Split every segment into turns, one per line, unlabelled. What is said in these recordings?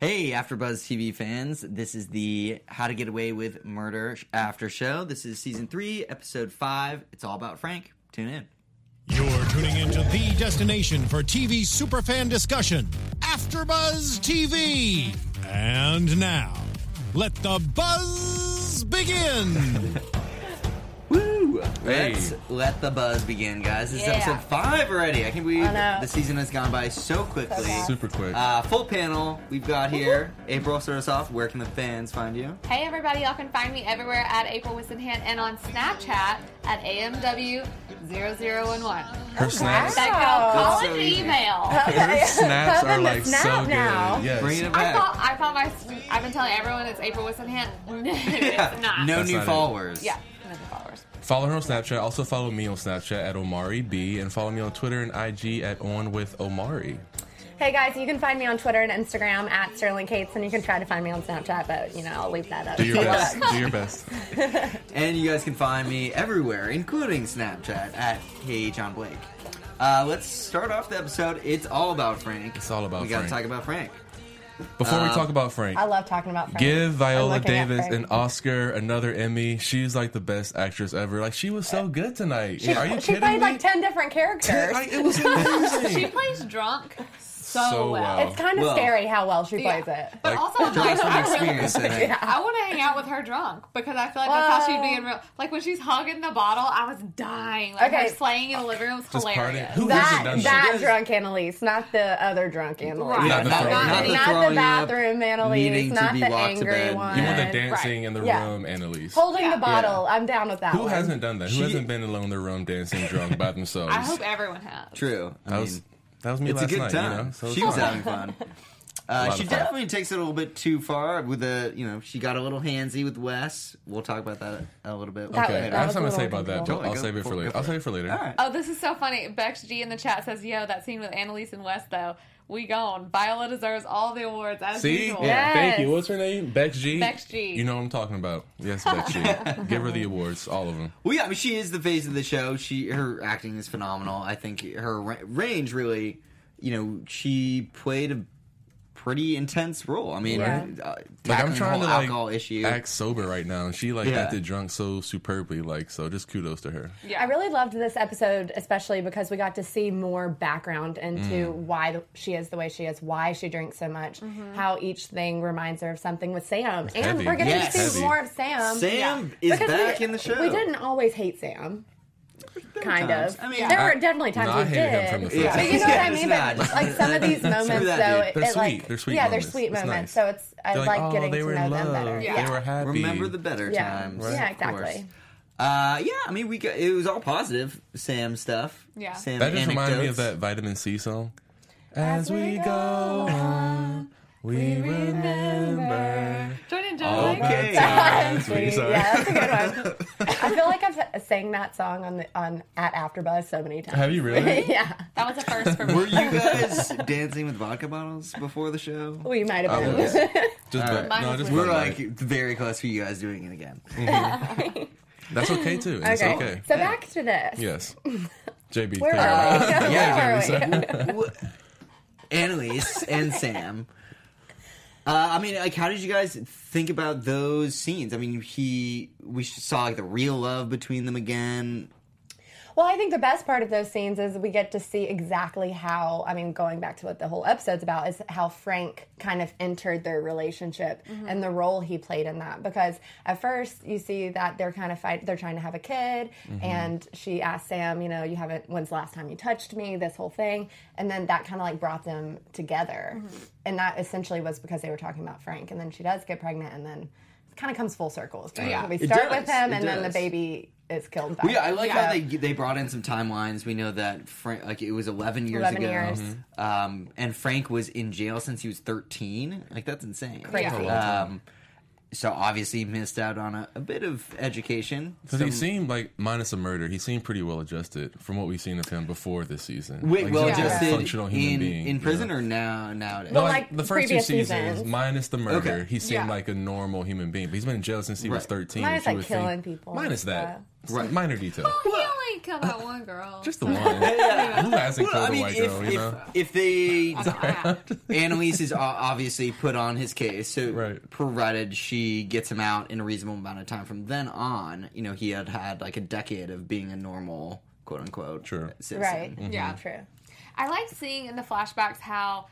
Hey, AfterBuzz TV fans! This is the How to Get Away with Murder After Show. This is season three, episode five. It's all about Frank. Tune in.
You're tuning into the destination for TV superfan discussion, AfterBuzz TV. And now, let the buzz begin.
Woo! Let's let the buzz begin, guys. This
Yeah.
is episode five already. I can't believe
I know.
the season has gone by so quickly.
fast.
Super quick.
Uh, full panel we've got here. April, start us off. Where can the fans find you?
Hey everybody, y'all can find me everywhere at April Wissenhant and on Snapchat at AMW0011.
her snaps,
That girl,
That's
call
so
an
easy.
email.
her snaps are
Open the
like
snap
so
now.
good. Yes.
Bring it
I
back.
thought I thought my I've been telling everyone it's April Wissenhant. No,
Yeah.
it's not.
No
That's
new
not it.
followers.
Yeah, no followers.
Follow her on Snapchat. Also follow me on Snapchat at Omari B, and follow me on Twitter and IG at On with Omari.
Hey guys, you can find me on Twitter and Instagram at Sterling Cates, and you can try to find me on Snapchat, but you know I'll leave that up.
Do your
to
best.
you.
Do your best.
And you guys can find me everywhere, including Snapchat at Hey John Blake. Uh, let's start off the episode. It's all about Frank.
It's all about
We gotta talk
Frank.
about Frank.
Before we talk about Frank,
Um, I love talking about Frank.
give Viola
I'm looking at
Davis
Frank.
an Oscar, another Emmy. She's like the best actress ever. Like she was so good tonight. Are you
She
kidding
played
me?
like ten different characters.
Like, it was
She
amazing.
plays drunk so,
So
well.
well.
It's kind of
Well.
scary how well she
Yeah.
plays it.
But
Like,
also, I'm
Tell
like,
us
I
from
really
experience. I think.
Yeah.
I want to hang out with her drunk because I feel like that's how she'd be in real. Like when she's hugging the bottle, I was dying. Like
Okay.
her slaying in the living room was
Just party.
hilarious.
Who hasn't
That
done
that
She does-
drunk Annalise, not the other drunk Annalise.
Right.
Not the
not,
throwing up.
not
Not
the
the
throwing up,
bathroom Annalise,
needing to
not
be
the
walked to
angry
bed.
one.
You want the
dance-
dancing in the
Yeah.
room, Annalise.
Holding
Yeah.
the bottle. I'm down with that.
Who
one.
hasn't done that? Who
She-
hasn't been alone in their room dancing drunk by themselves?
I hope everyone has.
True. I
that
mean,
was that was me
it's a
last
good
night.
time.
You know? So it's
she was
fine.
having fun. Uh,
lot
she
of fun.
definitely takes it a little bit too far with the, you know, she got a little handsy with Wes. We'll talk about that a little bit.
That
Okay,
was-
I have
was a
something to say
little
about that, but
uncomfortable.
I'll save it
Go
for
for
later.
it.
I'll save it for later.
All right.
Oh, this is so funny. Bex G in the chat says, "Yo, that scene with Annalise and West though, we gone. Viola deserves all the awards as
See?
usual."
Yeah.
Thank you. What's her name? Bex G.
Bex G.
You know what I'm talking about. Yes, Bex G. Give her the awards, all of them.
Well, yeah, I mean, she is the face of the show. She her acting is phenomenal. I think her ra- range really, you know, she played a pretty intense role. I mean,
Yeah.
uh,
Like I'm
tackling the
trying
whole
to like
alcohol issue.
act sober right now, and she like
Yeah.
acted drunk so superbly. Like so, just kudos to her.
Yeah.
I really loved this episode, especially because we got to see more background into
Mm.
why the, she is the way she is, why she drinks so much, how each thing reminds her of something with Sam. and
Mm-hmm. heavy.
we're getting
Yes.
to see
Heavy.
more of Sam.
Sam
Yeah.
is back
we,
in the show.
We didn't always hate Sam. Kind
times.
of.
I mean,
there
I-
were definitely times
no, I
we
hated him
did.
from the first Yeah.
But you know
episode.
what I mean?
Yeah,
But
it's not-
like some of these moments,
that,
though,
dude.
it,
They're
it, like
sweet. They're sweet
yeah,
moments.
they're sweet
It's
moments.
nice.
So it's I
They're "Oh,
like, getting
they
to
were
know
in
them
love.
better.
Yeah.
They were happy.
Remember the better
Yeah.
times.
Yeah,
of course.
exactly.
Uh, yeah, I mean, we got, it was all positive Sam stuff.
Yeah.
Sam
That just reminded me of
anecdotes.
that vitamin C song. As we go on, we remember.
Join in,
all
Joe.
the
Okay. uh,
times we-
Sweet.
sorry.
Yeah, that's a good one. I feel like I've s- sang that song on the, on at AfterBuzz so many times.
Have you really?
yeah,
That was a first for me.
Were you guys dancing with vodka bottles before the show?
we might have
I
been.
was. Just
All right.
Bud- no,
Mine
just
was
We're
Bud Light.
like very close to you guys doing it again.
That's okay too. It's
okay.
okay.
so back to this.
Yes. JB.
Where
thank
are
you.
we?
Yeah,
Where are we?
Annalise and Sam. Uh, I mean, like, how did you guys think about those scenes? I mean, he we saw like the real love between them again.
Well, I think the best part of those scenes is we get to see exactly how, I mean, going back to what the whole episode's about, is how Frank kind of entered their relationship and the role he played in that. Because at first, you see that they're kind of fight, they're trying to have a kid,
Mm-hmm.
and she asked Sam, you know, you haven't, when's the last time you touched me, this whole thing. And then that kind of like brought them together. And that essentially was because they were talking about Frank. And then she does get pregnant, and then it kind of comes full circle. It's
Yeah.
We
It
start
does.
with him,
It
and then the
does.
baby is killed by
Well, yeah, I like
Yeah.
how they they brought in some timelines. We know that Frank, like, it was eleven years
11
ago,
years.
Um, and Frank was in jail since he was thirteen. Like, that's insane.
Crazy.
Um, so obviously missed out on a, a bit of education.
Because he
Some-
seemed like, minus a murder, he seemed pretty well adjusted from what we've seen of him before this season.
Wait,
Like,
well
he's a
adjusted
functional human
in,
being,
in
you
prison
know?
or now nowadays?
No,
Well,
like,
like
the first two
previous
seasons,
seasons.
minus the murder,
Okay.
he seemed
Yeah.
like a normal human being. But he's been in jail since he was
Right.
thirteen. which
Minus,
you
like,
would think-
killing people and
Minus that,
stuff.
right? Minor detail.
He only ain't come out one girl.
Just the one. I'm asking for
Well, I
the
mean,
white
if,
girl,
if,
you know?
if they
Yeah.
Annalise is o- obviously put on his case, so
Right.
provided she gets him out in a reasonable amount of time from then on, you know, he had had like a decade of being a normal quote unquote
Sure.
citizen.
Right.
Yeah.
True.
I like seeing in the flashbacks how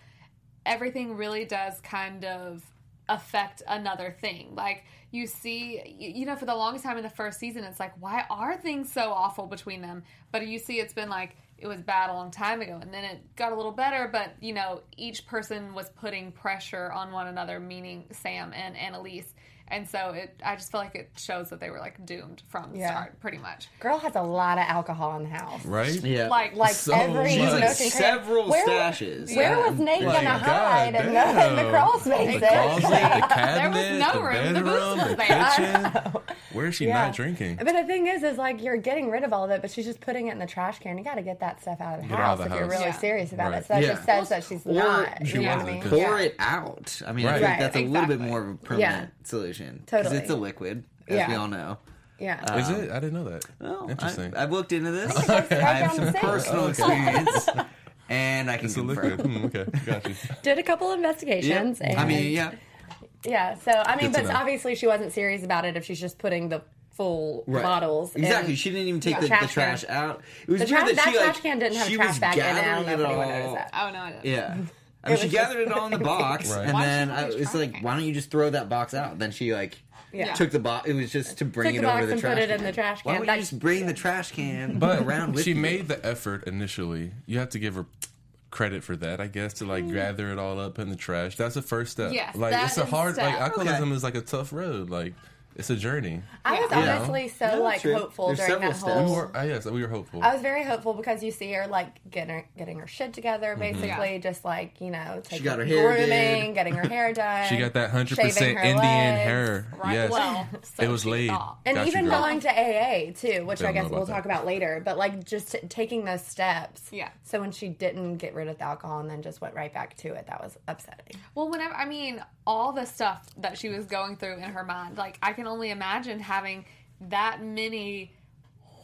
everything really does kind of affect another thing. Like you see, y- you know, for the longest time in the first season, it's like, why are things so awful between them? But you see, it's been like it was bad a long time ago, and then it got a little better. But you know, each person was putting pressure on one another, meaning Sam and Annalise. And so it, I just feel like it shows that they were like doomed from the
Yeah.
start, pretty much.
Girl has a lot of alcohol in the house.
Right?
Yeah.
Like,
Like
So
every
much.
She's
smoking
like
crack.
several
Where-
stashes.
Where
Yeah.
was Nate
Like, God
gonna hide in the, in the
damn.
crawl
The
spaces?
closet, the
There was
cabinet,
no
the
room. The booth
bedroom,
was
the
there. I
kitchen. Where is she not drinking?
But the thing is, is like you're getting rid of all of it, but she's just putting it in the trash can. You got to get that stuff out of the
Get it out of
house if
the
you're
house.
really
Yeah.
serious about
Right.
it. So that
Yeah.
just says that she's
Or
not.
she
you know what I
wasn't,
mean?
'cause-
Pour
Yeah.
it out. I mean, I
Right.
think
Right,
that's a little bit
exactly.
more of a permanent solution. 'Cause
Totally.
it's a liquid, as
Yeah.
we all know.
Yeah.
Is it? I didn't know that.
Well,
Interesting.
I, I've looked into this.
it's right
I have
down the
some
sink.
personal
Okay.
experience, and I can
it's a
confirm.
liquid. Hmm, okay, got you.
Did a couple investigations.
Yeah. I
and-
mean, yeah.
Yeah, so I mean,
Good to
but
know.
obviously she wasn't serious about it if she's just putting the full
Right.
bottles. in-
Exactly. She didn't even take
Yeah.
the,
Trash
the trash out. It was
The
weird
trash-
that she
that
like
trash can didn't have a
she
trash
was
bag in it. I don't
gathering
know if
it
anyone
all-
noticed that.
Oh no, I didn't.
Yeah. I mean, she
was just-
gathered it all in the box,
Right.
and
Why
then
she
I,
always
it's
trash
like,
can?
why don't you just throw that box out? Then she like
Yeah.
took the box. It was just to bring
Took
it
the
over
box
the
and
trash.
put it
can.
in the trash
Why
can.
don't
That-
you just bring the trash can
But
around with
she
you?
made the effort initially. You have to give her credit for that, I guess, to like gather it all up in the trash. That's the first step.
Mm. Yes,
like
that
it's a
is
hard.
step.
Like alcoholism
Okay.
is like a tough road. Like it's a journey.
I was
Yeah.
Yeah.
honestly so
No,
like
true.
hopeful
There's
during that
several steps.
whole.
We were, ah, yes, we were hopeful.
I was very hopeful because you see her like getting getting her shit together,
Mm-hmm.
basically, just like you know, taking
got her hair
grooming,
did.
getting her hair done.
she got that hundred
shaving
percent
her
Indian
legs.
hair.
Right.
Yes,
Well, so
it was
she
laid.
thought.
And
Got you,
even
girl.
going to AA too, which
Don't
I guess
know about
we'll
that.
talk about later, but like just t- taking those steps.
Yeah.
So when she didn't get rid of the alcohol and then just went right back to it, that was upsetting.
Well, whenever I mean all the stuff that she was going through in her mind, like I can only imagine having that many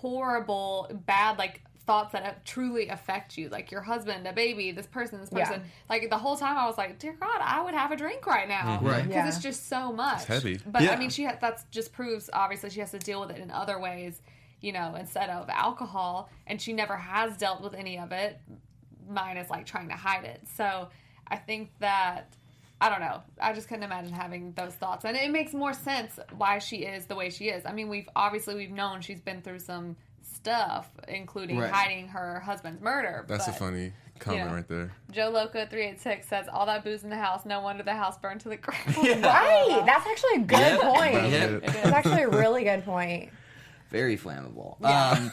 horrible, bad like thoughts that have- truly affect you, like your husband, a baby, this person, this
Yeah.
person. Like the whole time, I was like, dear God, I would have a drink right now,
Right.
Because
Yeah.
it's just so much.
heavy.
But
Yeah.
I mean, she ha- that's just proves obviously she has to deal with it in other ways, you know, instead of alcohol, and she never has dealt with any of it mine is like trying to hide it. So I think that I don't know. I just couldn't imagine having those thoughts, and it makes more sense why she is the way she is. I mean, we've obviously we've known she's been through some stuff, including
Right.
hiding her husband's murder.
That's
but
a funny comment
Yeah.
right there.
Joe Loco three eight six says all that booze in the house. No wonder the house burned to the ground.
Right. That's actually a good point.
Yeah.
That's it.
That's actually a really good point.
very flammable. Um,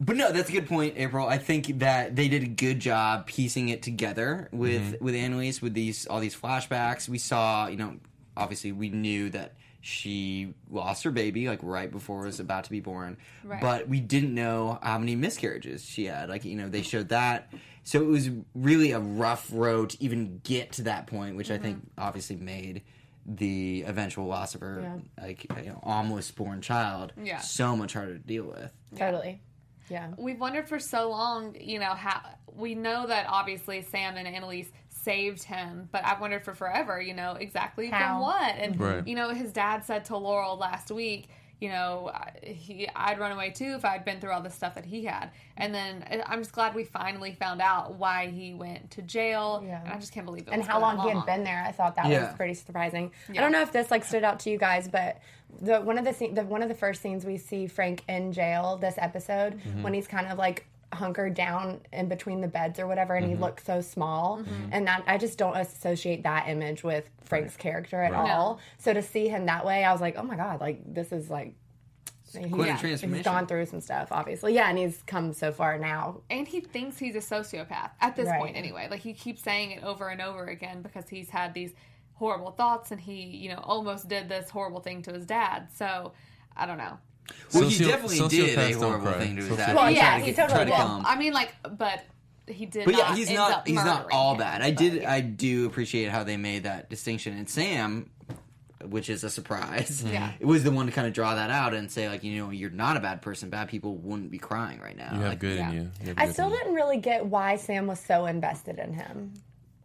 but no, that's a good point, April. I think that they did a good job piecing it together with with Annalise with these all these flashbacks. We saw, you know, obviously we knew that she lost her baby like right before it was about to be born,
Right.
but we didn't know how many miscarriages she had. Like you know, they showed that. So it was really a rough road to even get to that point, which I think
Mm-hmm.
obviously made the eventual loss of her like you know, almost born child
Yeah.
so much harder to deal with.
Totally. Yeah.
we've wondered for so long, you know, how we know that obviously Sam and Annalise saved him, but I've wondered for forever, you know, exactly
How?
from what. And
Right.
you know, his dad said to Laurel last week, you know, I- he I'd run away too if I'd been through all the stuff that he had. And then I- I'm just glad we finally found out why he went to jail.
Yeah.
And I just can't believe it.
and
was
how
that
long he had been there. I thought that
Yeah.
was pretty surprising.
Yeah.
I don't know if this like stood out to you guys, but the one of the, scene, the one of the first scenes we see Frank in jail this episode
Mm-hmm.
when he's kind of like hunkered down in between the beds or whatever, and he
Mm-hmm.
looks so small,
Mm-hmm.
and that I just don't associate that image with Frank's character at
Right.
all. So to see him that way, I was like, oh my god, like this is like. He,
quite a
yeah,
transformation.
he's gone through some stuff, obviously. Yeah, and he's come so far now.
and he thinks he's a sociopath at this
Right.
point anyway like he keeps saying it over and over again because he's had these horrible thoughts and he you know almost did this horrible thing to his dad so i don't know
Well, he
Socio-
definitely did a
sociopaths don't
horrible
cry.
thing to his
Socio-
dad.
Well,
He
yeah,
tried to
he
get- try
totally-
to
well,
calm.
i mean like but he did
But
not
yeah, he's
end
not
up
he's not
murdering
all
him.
bad. I did I do appreciate how they made that distinction. And Sam which is a surprise,
Yeah.
it was the one to kind of draw that out and say like, you know, you're not a bad person. Bad people wouldn't be crying right now.
You have
Like,
good
yeah.
in you. you have
I
good
still
in you.
didn't really get why Sam was so invested in him.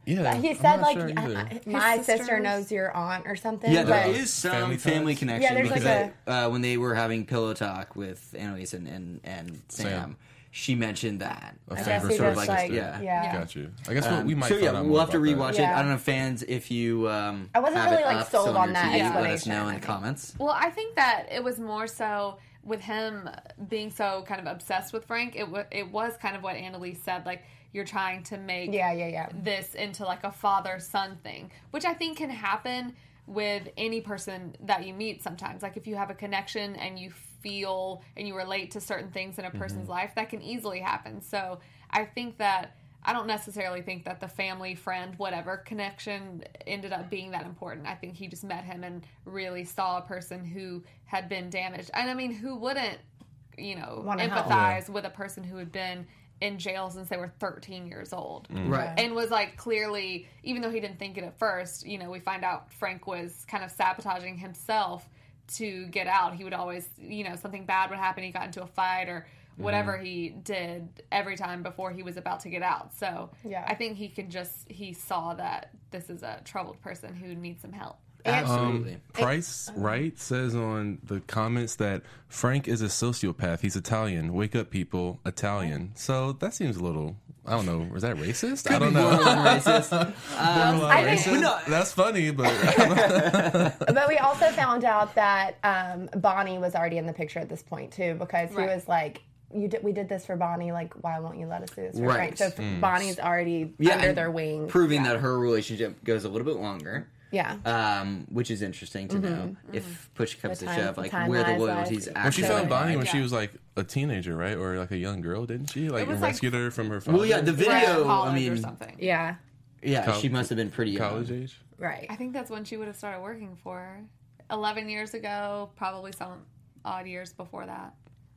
Yeah,
He
I'm
said
not
like
sure
I-
either.
I- my sister
sisters.
knows your aunt or something.
Yeah, there
but-
is some
Family
family,
ties? Yeah,
connection
there's
because
like
I, uh, when they were having pillow talk with Annalise and and, and Sam,
Sam.
she mentioned that.
A
I guess
favorite
he
sort of
just
like-
like
yeah.
yeah.
Got you. I guess what we might.
so yeah,
find out
we'll
more
have to
about
rewatch
that.
it. I
Yeah.
don't know, fans, if you um,
I wasn't
have
really,
it
like,
up
sold
still
on
your
that
TV, Let us
explanation,
know
I
in the
think.
comments.
Well, I think that it was more so with him being so kind of obsessed with Frank. It wa it was kind of what Annalise said, like you're trying to make
Yeah, yeah, yeah.
this into like a father son thing, which I think can happen with any person that you meet sometimes. Like if you have a connection and you feel and you relate to certain things in a person's life, that can easily happen. So I think that I don't necessarily think that the family, friend, whatever connection ended up being that important. I think he just met him and really saw a person who had been damaged. And I mean, who wouldn't, you know,
Wanna help.
empathize with a person who had been in jail since they were 13 years old?
Right.
and was like clearly even though he didn't think it at first you know we find out frank was kind of sabotaging himself to get out he would always you know something bad would happen he got into a fight or
Mm-hmm.
whatever he did every time before he was about to get out so
Yeah.
i think he can just he saw that this is a troubled person who needs some help
Absolutely.
Um, Price Wright says on the comments that Frank is a sociopath. He's Italian. Wake up, people! Italian. So that seems a little. I don't know. Is that racist? I don't know.
racist.
I think
But no,
That's funny, but I
But we also found out that um, Bonnie was already in the picture at this point too, because
Right.
he was like, "You did, we did this for Bonnie. Like, why won't you let us do this for
Right. Mm.
Frank?" So f- Bonnie's already
Yeah,
under
and
their wing.
proving that her relationship goes a little bit longer.
yeah, Mm-hmm,
Um, which is interesting to know if push comes
The
to
time-
shove,
the
like
time
where the
lies, like-
loyalties actually.
Well, she
So
found
annoying.
Bonnie when she
Yeah.
was like a teenager, right, or like a young girl, didn't she? Like
was, like,
rescued her from her father.
Well, yeah, the
Or
video. I
college or
mean,
something
yeah,
yeah,
Col-
she must have been pretty young.
college age.
right.
i think that's when she would have started working for her. 11 years ago probably some odd years before that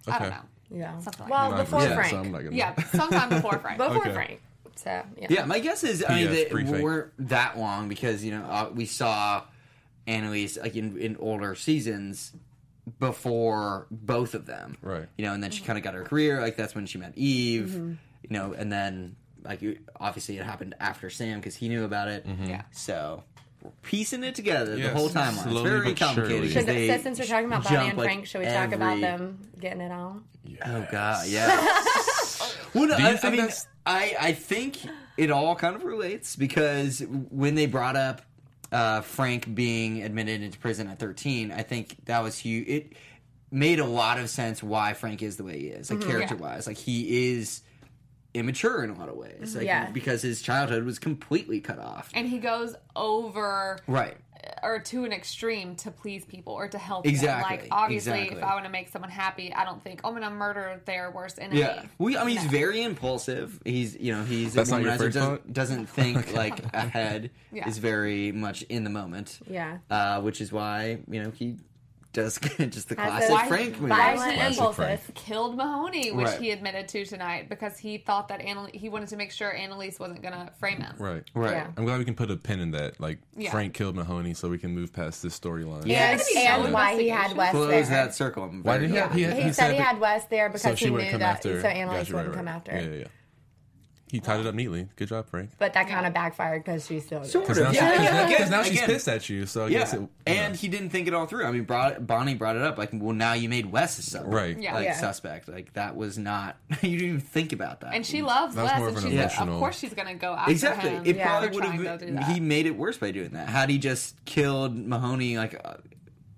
i
Okay.
don't know
Yeah.
Something like
well,
Not
before
racist,
Frank,
so I'm not gonna-
yeah sometime before frank
before
Okay.
Frank. So yeah.
Yeah, my guess is I mean
P.S.
they
brief eight.
weren't that long because you know uh, we saw Annalise like in, in older seasons before both of them,
Right.
You know, and then she kind of got her career. Like that's when she met Eve,
Mm-hmm.
you know, and then like you- obviously it happened after Sam because he knew about it.
Yeah.
So we're piecing it together
Mm-hmm. Yes,
the whole timeline. It's
slowly
very
but surely.
complicated. 'cause
Should,
they
so since we're talking about Bonnie
jump,
and
like,
Frank, should we talk about
every-
them getting it on?
Oh God, yeah. well, no,
Do you
I, I
think
mean,
that's-
I I think it all kind of relates because when they brought up uh, Frank being admitted into prison at thirteen, I think that was huge. It made a lot of sense why Frank is the way he is, like character wise. Like he is immature in a lot of ways, like,
Yeah.
because his childhood was completely cut off.
and he goes over
right.
or to an extreme to please people or to help them.
Exactly,
Like obviously,
exactly.
if I want to make someone happy, I don't think oh, I'm gonna murder their worst enemy.
Yeah, we. I mean, he's very impulsive. He's you know he's
That's
a
not your
womanizer,
first
doesn't,
thought?
doesn't think like ahead.
Yeah.
Is very much in the moment.
Yeah.
uh, which is why you know he does just the
Has those
classic Frank move.
violent
Classic
impulses.
Frank.
Killed Mahoney, which
Right.
he admitted to tonight because he thought that Annal- he wanted to make sure Annalise wasn't gonna frame him.
Right.
Right.
Yeah.
I'm glad we can put a pin in that. Like
Yeah.
Frank killed Mahoney, so we can move past this storyline.
Yeah.
And,
It's gonna be
and
so
why he had Wes
Close
there.
that circle. I'm
Why
very
did he?
glad
Have, he,
did.
had,
He said he
that-
had Wes there because
she
he
wouldn't
knew
come
that,
after.
so
Got
Annalise
you, right,
wouldn't come
right.
after.
Yeah, yeah, yeah. He tied it up neatly. Good job, Frank.
But that kind of backfired because she's still.
Sort
Because now,
of.
she-
Yeah.
'cause now-
Again,
'cause now she's
again.
pissed at you, so I
Yeah.
guess it. you
and
know.
he didn't think it all through. I mean, brought, Bonnie brought it up. Like, well, now you made Wes a sub,
Right.
Yeah.
Like
Yeah.
suspect. Like that was not. you didn't even think about that.
And she loves
That was
Wes,
more of
and
an
she's like,
emotional-
of course she's gonna go after
Exactly.
him.
It
for
probably would
trying
have.
to do
been-
that.
He made it worse by doing that. Had he just killed Mahoney like uh,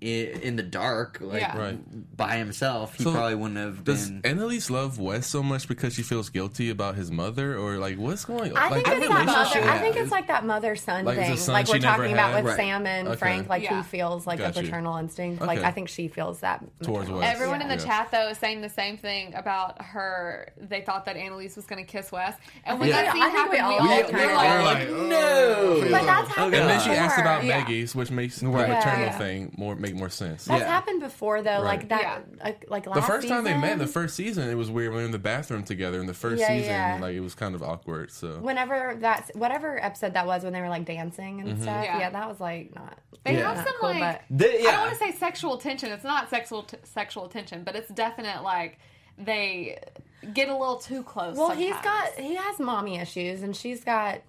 i- in the dark, like
Yeah.
Right.
by himself, he
So,
probably wouldn't have
Does
been.
Annalise love Wes so much because she feels guilty about his mother, or like what's going on?
I
like,
think
what
it's that
relationship-
mother. I think
Yeah.
it's like that mother son
Like, it's a
thing,
son
like we're
she never
talking about
had.
with
Right.
Sam and
Okay.
Frank. Like
Yeah.
he feels like
Got
a
you.
paternal instinct. Like
Okay.
I think she feels that
Towards
maternal-
Wes.
Everyone in the
Yeah.
chat though is saying the same thing about her. They thought that Annalise was going to kiss Wes, and when
Yeah.
that scene
I think
happened,
we
we all,
all
Yeah,
kinda
were
were
like,
like,
no.
But that's happened.
And then she
before.
asked about
Yeah.
Maggie's, which makes the
Right.
maternal
Yeah.
thing more make more sense.
That's
Yeah.
happened before though, like that, like, like last
The first time they met,
season,
the first season, it was weird. We were in the bathroom together in the first
Yeah,
season.
yeah.
Like it was kind of awkward. So
whenever that's whatever episode that was when they were like dancing
Mm-hmm.
and stuff.
Yeah.
Yeah. that was like not.
They
Yeah.
have some
Cool,
like
but-
The-
I
yeah.
don't want to say sexual tension. It's not sexual t- sexual tension, but it's definite like they get a little too close.
Well, he's
sometimes.
got he has mommy issues and she's got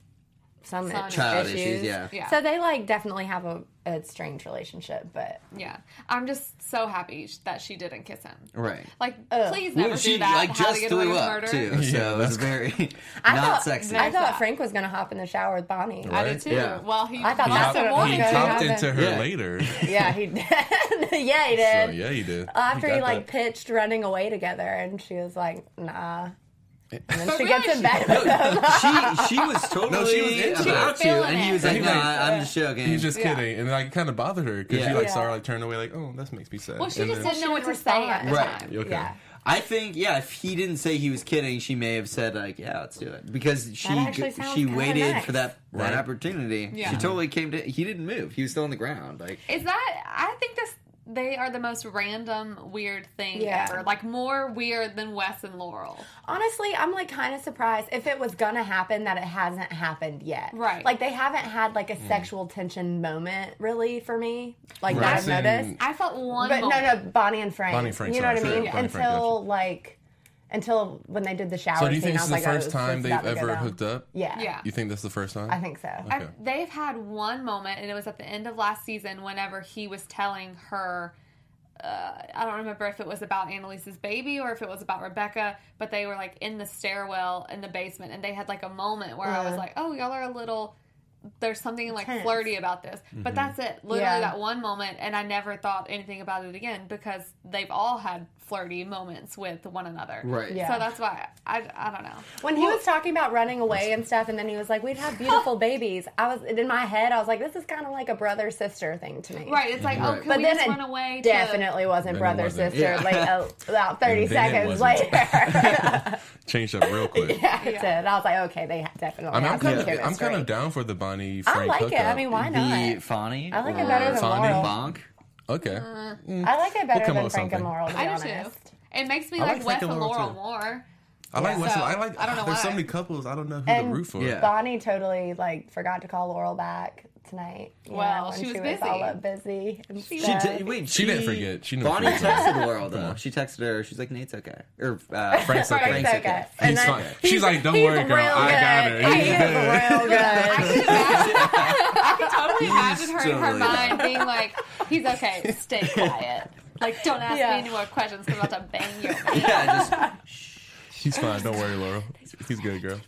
some
Some
Child
issues.
issues, yeah.
Yeah.
So they like definitely have a, a strange relationship, but
yeah. I'm just so happy sh- that she didn't kiss him.
Right.
Like, please never
Well, she
do that.
like
How to
just
Get Away
threw
with
up
murder.
too, so it's very
I
not
thought
sexy.
I thought
that.
Frank was gonna hop in the shower with Bonnie.
I
Right?
did too.
Yeah.
Well, he
I thought
he
that's
also
what it
wanted
he
was.
to
popped
happen.
into her
Yeah.
later.
Yeah, he did. yeah, he did.
So yeah, you did.
After
You
he,
got
like
that.
pitched running away together, and she was like, "Nah." And then
But
she
really,
gets in
she-
bed with him.
she she was totally
No, she was into it.
about
She was
to, and he
feeling
was
it.
like,
He
"Nah,
was-
I'm just joking."
He's just
Yeah.
kidding, and like kind of bothered her because she
Yeah.
like
Yeah.
saw her like turn away, like oh that makes me sad.
Well, she
And
just
then-
didn't know what to
respond.
say at the
Right.
time.
You okay?
Yeah.
I think, yeah, if he didn't say he was kidding, she may have said like, "Yeah, let's do it," because she
actually sounds
she
kinda
waited
nice.
for that
Right.
that opportunity.
Yeah.
She totally came to. He didn't move. He was still on the ground. Like,
Is that? I think this. They are the most random, weird thing
Yeah.
ever. Like more weird than Wes and Laurel.
Honestly, I'm like kind of surprised if it was gonna happen that it hasn't happened yet.
Right.
Like they haven't had like a sexual tension moment really for me. Like
Right.
that I've noticed.
I felt one.
But no,
moment.
no, Bonnie and Frank.
Bonnie and Frank,
You know
sorry,
what I
sorry,
mean?
Bonnie and Frank,
until like, until when they did the shower.
So do you
scene,
think
I
this
was
is the
like, oh,
first time
it's
they've
about to go
ever
down.
hooked up?
Yeah.
Yeah.
You think that's the first time?
I think so.
Okay.
I've- they've had one moment, and it was at the end of last season whenever he was telling her. Uh, I don't remember if it was about Annalise's baby or if it was about Rebecca, but they were like in the stairwell in the basement, and they had like a moment where I was like, "Oh, y'all are a little." There's something like
Tense.
flirty about this, but that's it. Literally
Yeah.
that one moment, and I never thought anything about it again because they've all had flirty moments with one another.
Right.
Yeah.
So that's why I, I don't know.
When he was talking about running away and stuff, and then he was like, "We'd have beautiful babies." I was in my head. I was like, "This is kind of like a brother sister thing to me.
Right. It's like, oh, can
But
we
then
just
it
run away? to-
Definitely wasn't
Then it
brother
wasn't.
sister.
Yeah.
Like uh, about thirty
And then it
seconds
wasn't.
later,
Changed up real quick.
I did. I was like, "Okay, they ha- definitely."
I mean, I'm
have some
kind of
chemistry.
I'm kind of down for the Bonnie Frank
I like it.
hookup.
I mean, why
the
not?
Fonny.
I like it
or
better than
Fonny
Laurel.
Bonk.
okay.
I like it better
come up
than
with
Frank and
something.
Laurel. To be
I do
honest.
too. It makes me
I
like,
like
Wes
Frank
and
and Laurel,
Laurel
too.
more.
I like Wes.
So,
I like.
I don't know
There's so
why.
many couples. I don't know who
And
to root for.
Yeah.
Bonnie totally like forgot to call Laurel back tonight. you
Well,
know, when
she was
was all
busy.
up busy. and
She
stuff.
te- wait,
She didn't forget. She knew
Bonnie
she was wrong.
texted Laurel though. She texted her. She's like, "Nate's okay." Or uh,
Frank's okay.
Frank's okay. And
He's
then
fine. She's like, "Don't
he's
worry, girl.
real
I got
good.
her.
He
He's
is
good."
real good.
I could imagine. I could totally imagine her in her
totally
mind being like, "He's okay. Stay quiet. Like, don't ask
Yeah.
me any more questions because I'm about to bang you."
Yeah,
She's fine. Don't worry, Laurel. He's good, girl.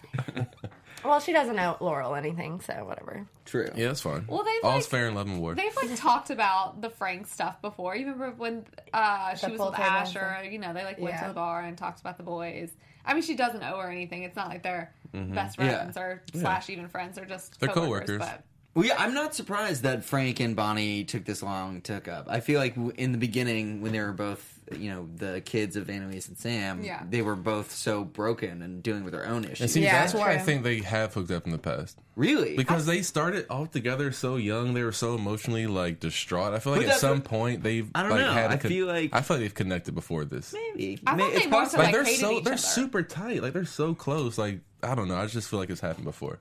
Well, she doesn't know Laurel anything, so whatever.
just true.
Yeah, that's fine.
Well, they've,
all's
like-
fair in love and war.
They've like talked about the Frank stuff before. You remember when uh, she
The
was
pool
with
table
Asher? You know, they like went
Yeah.
to the bar and talked about the boys. I mean, she doesn't owe her anything. It's not like they're best friends or slash even friends. They're just
Mm-hmm. They're
coworkers.
coworkers.
But
Well, yeah, I'm not surprised that Frank and Bonnie took this long to hook up. I feel like w- in the beginning, when they were both, you know, the kids of Annalise and Sam,
Yeah.
they were both so broken and dealing with their own
And
issues.
see,
Yeah,
that's why I
true.
think they have hooked up in the past.
really?
because they started all together so young they were so emotionally like distraught i feel like
But
at
that's
some
what-
point they've
I don't
like
know.
had a
I feel like-
i feel like they've connected before this like,
maybe.
I thought
May- it's
they were
possible.
like
they're
hated
so
each
they're
other.
super tight like they're so close like i don't know i just feel like it's happened before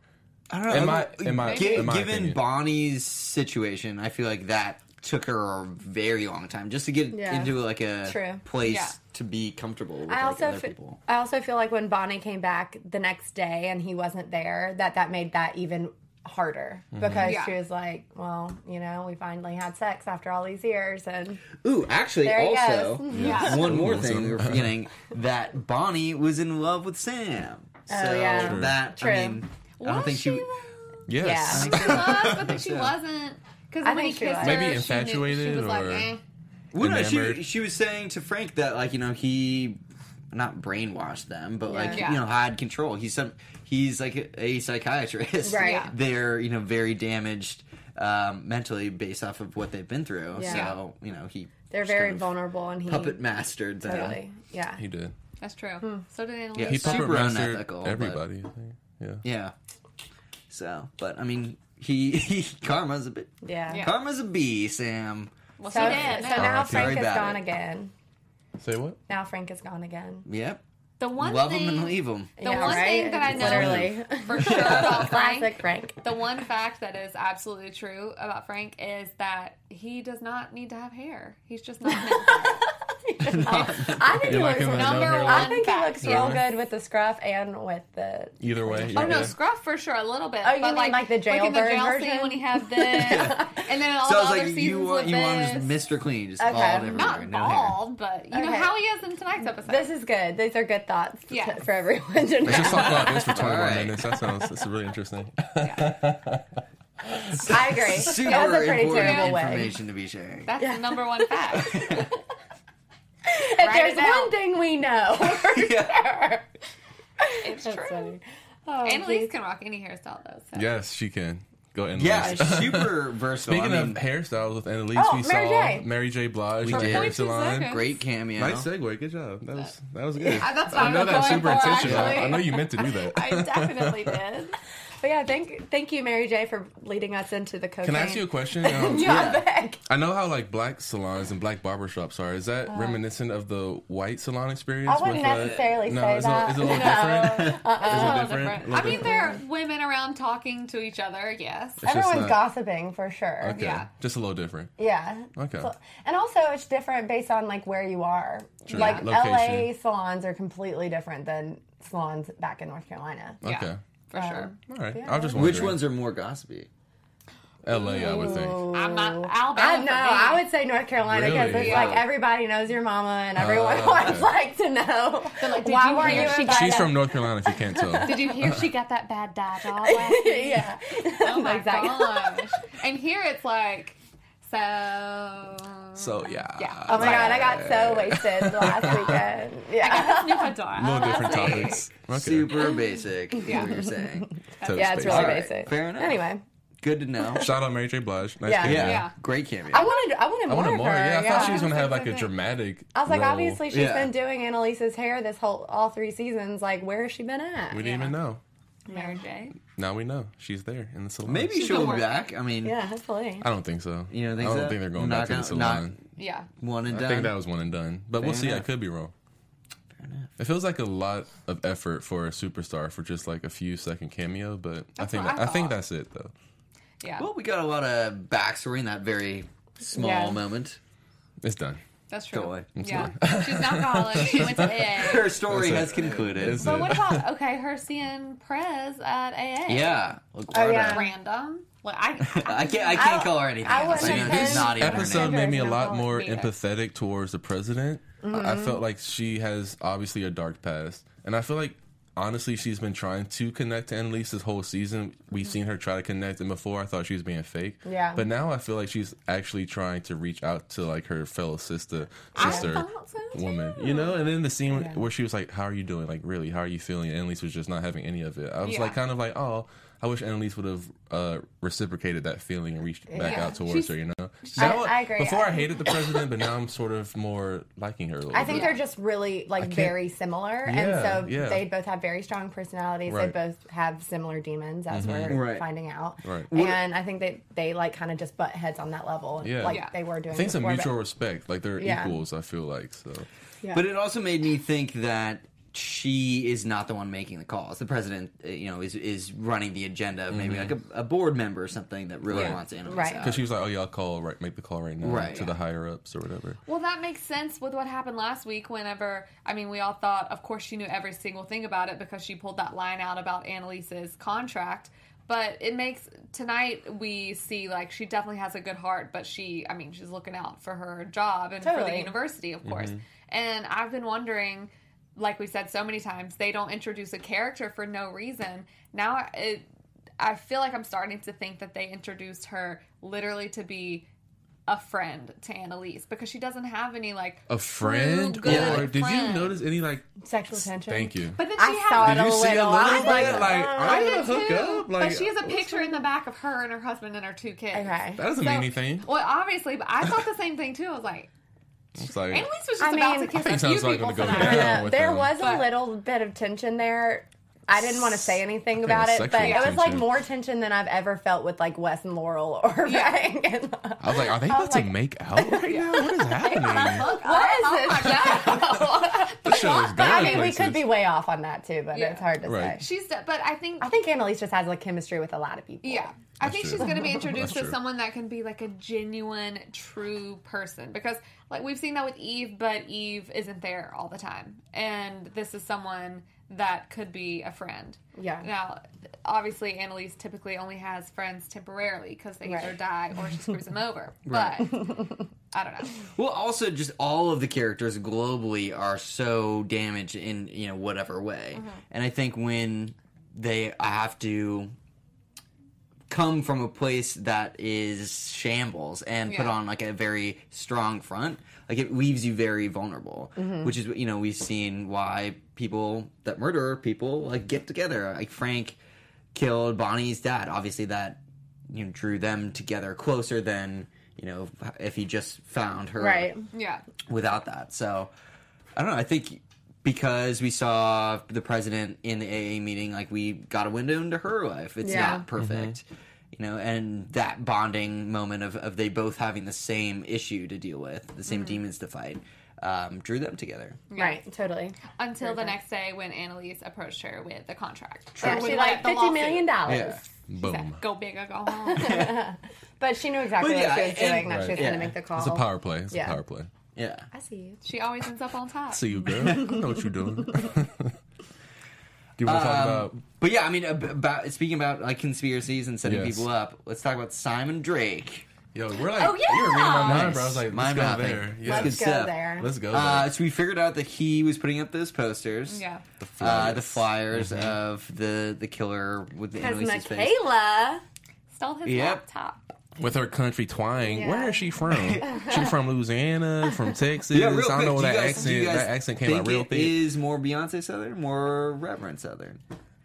I don't know.
in my- in my-
Gi-
in my
given
opinion.
Bonnie's situation, I feel like that took her a very long time just to get
Yeah.
into like a
True.
place
Yeah.
to be comfortable with
I
like,
also,
other
fe-
people.
I also feel like when Bonnie came back the next day and he wasn't there, that that made that even harder
Mm-hmm.
because
Yeah.
she was like, "Well, you know, we finally had sex after all these years," and
Ooh, actually,
There he
also,
goes.
Yeah.
one more
Ooh,
thing we were
awesome.
forgetting that Bonnie was in love with Sam. So
Oh, yeah. True.
that
True.
I mean, I don't
Was
think she.
she
yes
Yeah.
She was, but then she wasn't. Because
I
when he
think she
kissed
was.
her,
Maybe
she knew- she
infatuated
was like,
or-
eh.
Well, no, she
enamored.
she was saying to Frank that like you know he not brainwashed them, but like
Yeah.
you know had control. He's some he's like a, a psychiatrist.
Right. Yeah.
They're you know very damaged um, mentally based off of what they've been through.
Yeah.
So you know he
they're
just
very
kind of
vulnerable. And he
Puppet mastered them.
totally, yeah.
he did
That's true. So did Annalise.
Yeah,
he
Super
puppet mastered
unethical, but-
everybody I think. yeah
Yeah. So, but I mean, he, he karma's a bit
yeah,
Yeah.
karma's a bee, Sam.
Well,
So,
she did.
so
no.
now
R.I.P.
Frank is
Sorry about
gone
it.
again.
Say what?
Now Frank is gone again.
Yep.
the one
Love
thing,
them and leave them.
The one thing that I know
literally
for sure about
classic
Frank,
Frank.
the one fact that is absolutely true about Frank is that he does not need to have hair. He's just not. meant for it.
I think
You
he
like
looks.
him with no
Number
hairline?
one.
I think he looks
Yeah.
real good with the scruff and with the.
Either way.
Oh
you're
no,
good.
scruff for sure a little bit.
Oh, you
but
mean
like,
like the
in the
jailbird
jail
version?
scene when he had this, and then all
So I
the
was
other
like,
seasons
you want
with
you want
this.
just Mr. Clean, just
Okay.
all everywhere,
not
no hair.
bald, but you know
Okay.
how he is in tonight's episode.
This is good. These are good thoughts to-
Yes.
for everyone to know.
Let's just talk about this for 21
Alright.
minutes. That sounds that's really interesting.
I agree.
Super
it was a pretty
important
terrible way.
information to be sharing.
That's the number one fact.
If
Write it
there's
down.
one thing we know,
Yeah.
It's
That's
true.
funny. Oh,
Annalise can rock any hairstyle though. So.
yes, she can. Go and
yeah, super versatile.
Speaking
I mean,
of hairstyles with Annalise,
Oh,
we
Mary
saw
J.
Mary J. Blige we
did.
hair salon.
seconds.
great cameo.
Nice segue. Good job. That was that was good.
I- that's what
I
I
know
was
that was
going
super
for,
intentional.
actually.
I know you meant to do that.
I definitely did.
But yeah, thank thank you, Mary J, for leading us into the cocaine.
Can I ask you a question? Um,
yeah,
Yeah.
back.
I know how like black salons and black barbershops are. Is that reminiscent of the white salon experience?
I wouldn't
with, uh,
necessarily
no,
say
it's a-
that.
it's a little
No.
different. It's a little different.
Oh, I mean, there are women around talking to each other. Yes.
just
Everyone's
not-
gossiping for sure.
Okay,
yeah.
just a little different.
Yeah.
Okay.
So- and also, it's different based on like where you are. Like LA
Location.
salons are completely different than salons back in North Carolina.
Yeah,
Okay.
for sure.
All right.
Yeah.
I'll just
Which
wondering.
ones are more gossipy?
L.A. I would think.
I'm not Alabama.
Um, I know. I would say North Carolina because
Really?
it's
Yeah.
like everybody knows your mama and everyone
Oh,
wants
okay.
like to know
like, did
why
you
were
hear
you
she
invited?
got-
She's from North Carolina. If you can't tell.
Did you hear she got that bad dye job last week?
yeah.
Oh my
Exactly.
gosh. And here it's like, so.
So yeah.
Yeah.
Oh my god, I got so wasted last weekend. Yeah.
Uh,
New fedora.
little different topics. Okay.
Super basic. Yeah, what you're saying.
Toast
Yeah, it's
space.
really
All right,
basic.
fair enough.
Anyway.
Good to know.
Shout out Mary J. Blige. Nice
Yeah.
cameo.
Yeah,
Yeah.
great cameo.
I wanted I wanted
I
more.
wanted
of
more.
her,
Yeah, I thought she was gonna have
That's
like a
okay.
dramatic.
I was like,
role.
obviously she's
Yeah.
been doing Annalise's hair this whole all three seasons. Like, where has she been at?
We didn't even know.
Mary J.
Now we know she's there in the salon.
Maybe
the
she'll be
worst.
back. I mean,
yeah, hopefully.
I don't think so.
You don't think
I don't
so?
think they're going
Knock
back to the
out-
salon.
Yeah.
one and
I
done.
think that was one and done. But we'll
Fair
see. I
enough.
could be wrong. It feels like a lot of effort for a superstar for just like a few second cameo, but I think
what I
I, think
thought.
that's it though.
Yeah.
well, we got a lot of backstory in that very small
Yeah.
moment.
It's done.
That's true.
away.
Yeah. She's an alcoholic. She went to AA.
Her story has
That's it.
concluded.
It's
But
it.
what about, okay, her seeing Prez at AA?
yeah. Look,
Oh,
Warda.
yeah.
Random. Like, I,
I can't. I can't
I-
call her anything.
I
else.
wouldn't
know,
have
this
been-
is not even her
episode
name.
made me a
There's
lot
no
more
idea.
empathetic towards the president. I I
Mm-hmm.
felt like she has obviously a dark past, and I feel like honestly she's been trying to connect to Annalise this whole season. We've seen her try to connect, and before I thought she was being fake.
Yeah.
But now I feel like she's actually trying to reach out to like her fellow sister,
I
sister,
thought so, too.
woman. You know, and then the scene where she was like, "How are you doing? Like, really? How are you feeling?" And Annalise was just not having any of it. I was
Yeah.
like, kind of like, "Oh." I wish Annalise would have uh, reciprocated that feeling and reached back
Yeah.
out towards
She's-
her, you know?
I-
Now,
I agree,
Before
yeah.
I hated the president, but now I'm sort of more liking her a little
I think
bit.
they're just really like
can't-
very similar,
Yeah,
and so
yeah.
they both have very strong personalities.
Right. Mm-hmm.
They both have similar demons, as we're
Right.
finding out.
Right.
And I think that they like kind of just butt heads on that level,
Yeah.
like
Yeah.
they were
I
doing.
think it's a
before, but-
mutual respect. Like they're
Yeah.
equals, I feel like. So
But it also made me think that she is not the one making the calls. The president, uh, you know, is is running the agenda. of Maybe like a, a board member or something that really
Mm-hmm. Right.
wants Annalise
Right.
out.
because she was like, "Oh, y'all call right, make the call right now
Right.
to the higher ups or whatever."
Well, that makes sense with what happened last week. Whenever, I mean, we all thought, of course, she knew every single thing about it because she pulled that line out about Annalise's contract. But it makes tonight we see like she definitely has a good heart, but she, I mean, she's looking out for her job and for the
Totally.
university, of course. And I've been wondering, like we said so many times, they don't introduce a character for no reason. Now it, I feel like I'm starting to think that they introduced her literally to be a friend to Annalise because she doesn't have any like
A friend,
true good
or did you
friend.
notice any like?
Sexual tension.
Thank you.
But then she
I
has,
saw it
did you
a little.
see a
I
little
was
bit?
like,
Like, I
I
gotta
did
hook
too,
up. Like,
but she has a
what's
picture in the back of her and her husband and her two kids.
okay.
That doesn't
So-
mean anything.
Well, obviously, but I thought the same thing too. I was like,
It's like,
Annalise was just
I
about
mean-
to kiss
I
a
think
few
sounds like
people
I'm gonna go
tonight.
down.
I know.
with
There
them.
was a
But-
little bit of tension there I didn't want to say anything about
it's
it, but
sexual
it was like
tension.
more tension than I've ever felt with like Wes and Laurel or
Yeah.
Frank. And, what
I was like, are they about to
like-
make out right now? What is happening?
is it?
this show is going
But I mean, we
places.
could be way off on that too, but
Yeah.
it's hard to
Right.
say.
She's, de- but I think,
I think Annalise just has like chemistry with a lot of people.
yeah, I
That's
think
true.
she's going to be introduced
That's
to
true.
someone that can be like a genuine, true person because, like, we've seen that with Eve, but Eve isn't there all the time, and this is someone that could be a friend.
Yeah.
Now, obviously, Annalise typically only has friends temporarily because they either
Right.
die or she screws them over. But I don't know.
Well, also just all of the characters globally are so damaged in you know whatever way, and I think when they have to come from a place that is shambles and put
Yeah.
on like a very strong front, like it leaves you very vulnerable, which is what- you know we've seen why people that murder people like get together. Like Frank killed Bonnie's dad. Obviously, that you know drew them together closer than. You know, if he just found her
Right.
Yeah.
without that. So I don't know. I think because we saw the president in the AA meeting, like we got a window into her life. It's
Yeah.
not perfect.
Mm-hmm.
You know, and that bonding moment of, of they both having the same issue to deal with, the same demons to fight, um, drew them together.
Right, totally.
Until the next day when Annalise approached her with the contract. Or
Actually,
with,
like
the
fifty million
lawsuit.
dollars.
Yeah.
Boom.
Go big or go home.
But she knew exactly
But
what
yeah,
she was
and-
doing. That she was
Right.
going
Yeah.
to make the call.
It's a power play. It's
Yeah.
a power play.
Yeah.
I see you.
she always ends up on top.
See you, girl. I know what you're doing. Do you want to talk about?
But yeah, I mean, ab- about speaking about like conspiracies and setting
Yes.
people up, let's talk about Simon Drake.
Yo, we're like,
Oh, yeah.
you were reading my mind,
Nice.
bro. I was like, let's
Mind
go
mapping.
there. Yeah.
Let's
Let's
Good
go
stuff.
there.
Let's go.
Uh, so we figured out that he was putting up those posters.
Yeah.
uh, the flyers
Mm-hmm.
of the the killer with the
Because
Annalise's face.
Michaela,
Stole his
Yep.
laptop.
with her country twang.
Yeah.
Where is she from? she from Louisiana, from Texas.
Yeah, real
I don't know
quick,
that
do you guys- do
accent.
you guys
That accent came
think
out real
it
thick.
Is more Beyonce Southern, more Reverend Southern?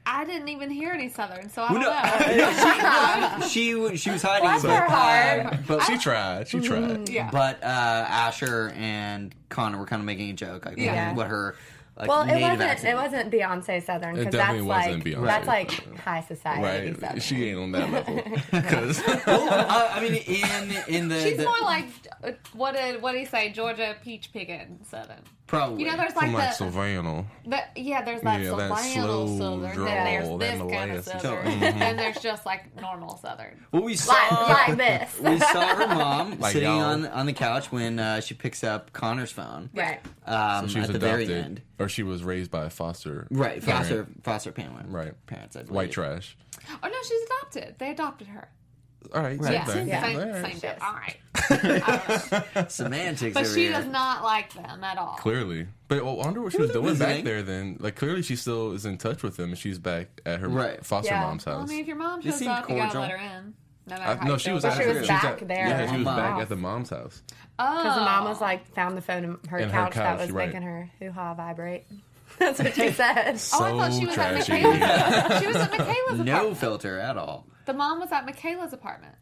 I didn't even hear any Southern, so I don't know.
no, she, no, she she was hiding,
Bless
but,
her heart.
uh, but
she tried. She tried.
Yeah.
but uh, Asher and Connor were kind of making a joke, like
Yeah.
what her like,
Well, it
native
wasn't.
accent.
It wasn't Beyonce Southern
It
because that's
definitely
like
wasn't Beyonce
that's like
Southern.
high society. Southern.
Right, she ain't on that level. 'Cause-
Well, uh, I mean, in in the,
She's
the
more like uh, what did what do you say, Georgia peach picking Southern.
probably
You know, there's
from
like
like
the,
Savannah.
the yeah, there's that
Yeah, that
Savannah
slow
Southern,
drawl,
then there's
that
this kind of
molasses.
Southern,
Mm-hmm.
then there's just like normal Southern.
well, we saw
Like, like this.
we saw her mom
Like
sitting
y'all.
on on the couch when uh, she picks up Connor's phone.
Right.
Um,
She was
at the
adopted,
very end.
or she was raised by a foster.
Right,
parent.
foster foster parent.
Right.
parents. I believe.
White trash.
Oh no, she's adopted. They adopted her.
All right,
Right.
same
Yeah,
thing.
Yeah.
same,
All right.
same deal.
Yes.
All right,
semantics.
but
over
she
here.
does not like them at all.
Clearly, but I wonder what she was doing back
visiting.
there. Then, like, clearly she still is in touch with him, and she's back at her
Right.
foster
Yeah.
mom's
Well, I
house.
mean, if your mom
They
shows
seem
up, you gotta
cordial.
let her in. No, matter
I,
how you
Uh, no, she
feel
was.
about
at
she
her-
was
at-
back there.
Yeah, she was
Wow.
back at the mom's house.
Because the mom
Oh.
was like found the phone in her
In her
couch,
couch,
that was
right.
making her hoo ha vibrate. That's what she said.
Oh, I thought
So
she was at
trashy.
Michaela's. she was at Michaela's
no
apartment.
filter at all.
The mom was at Michaela's apartment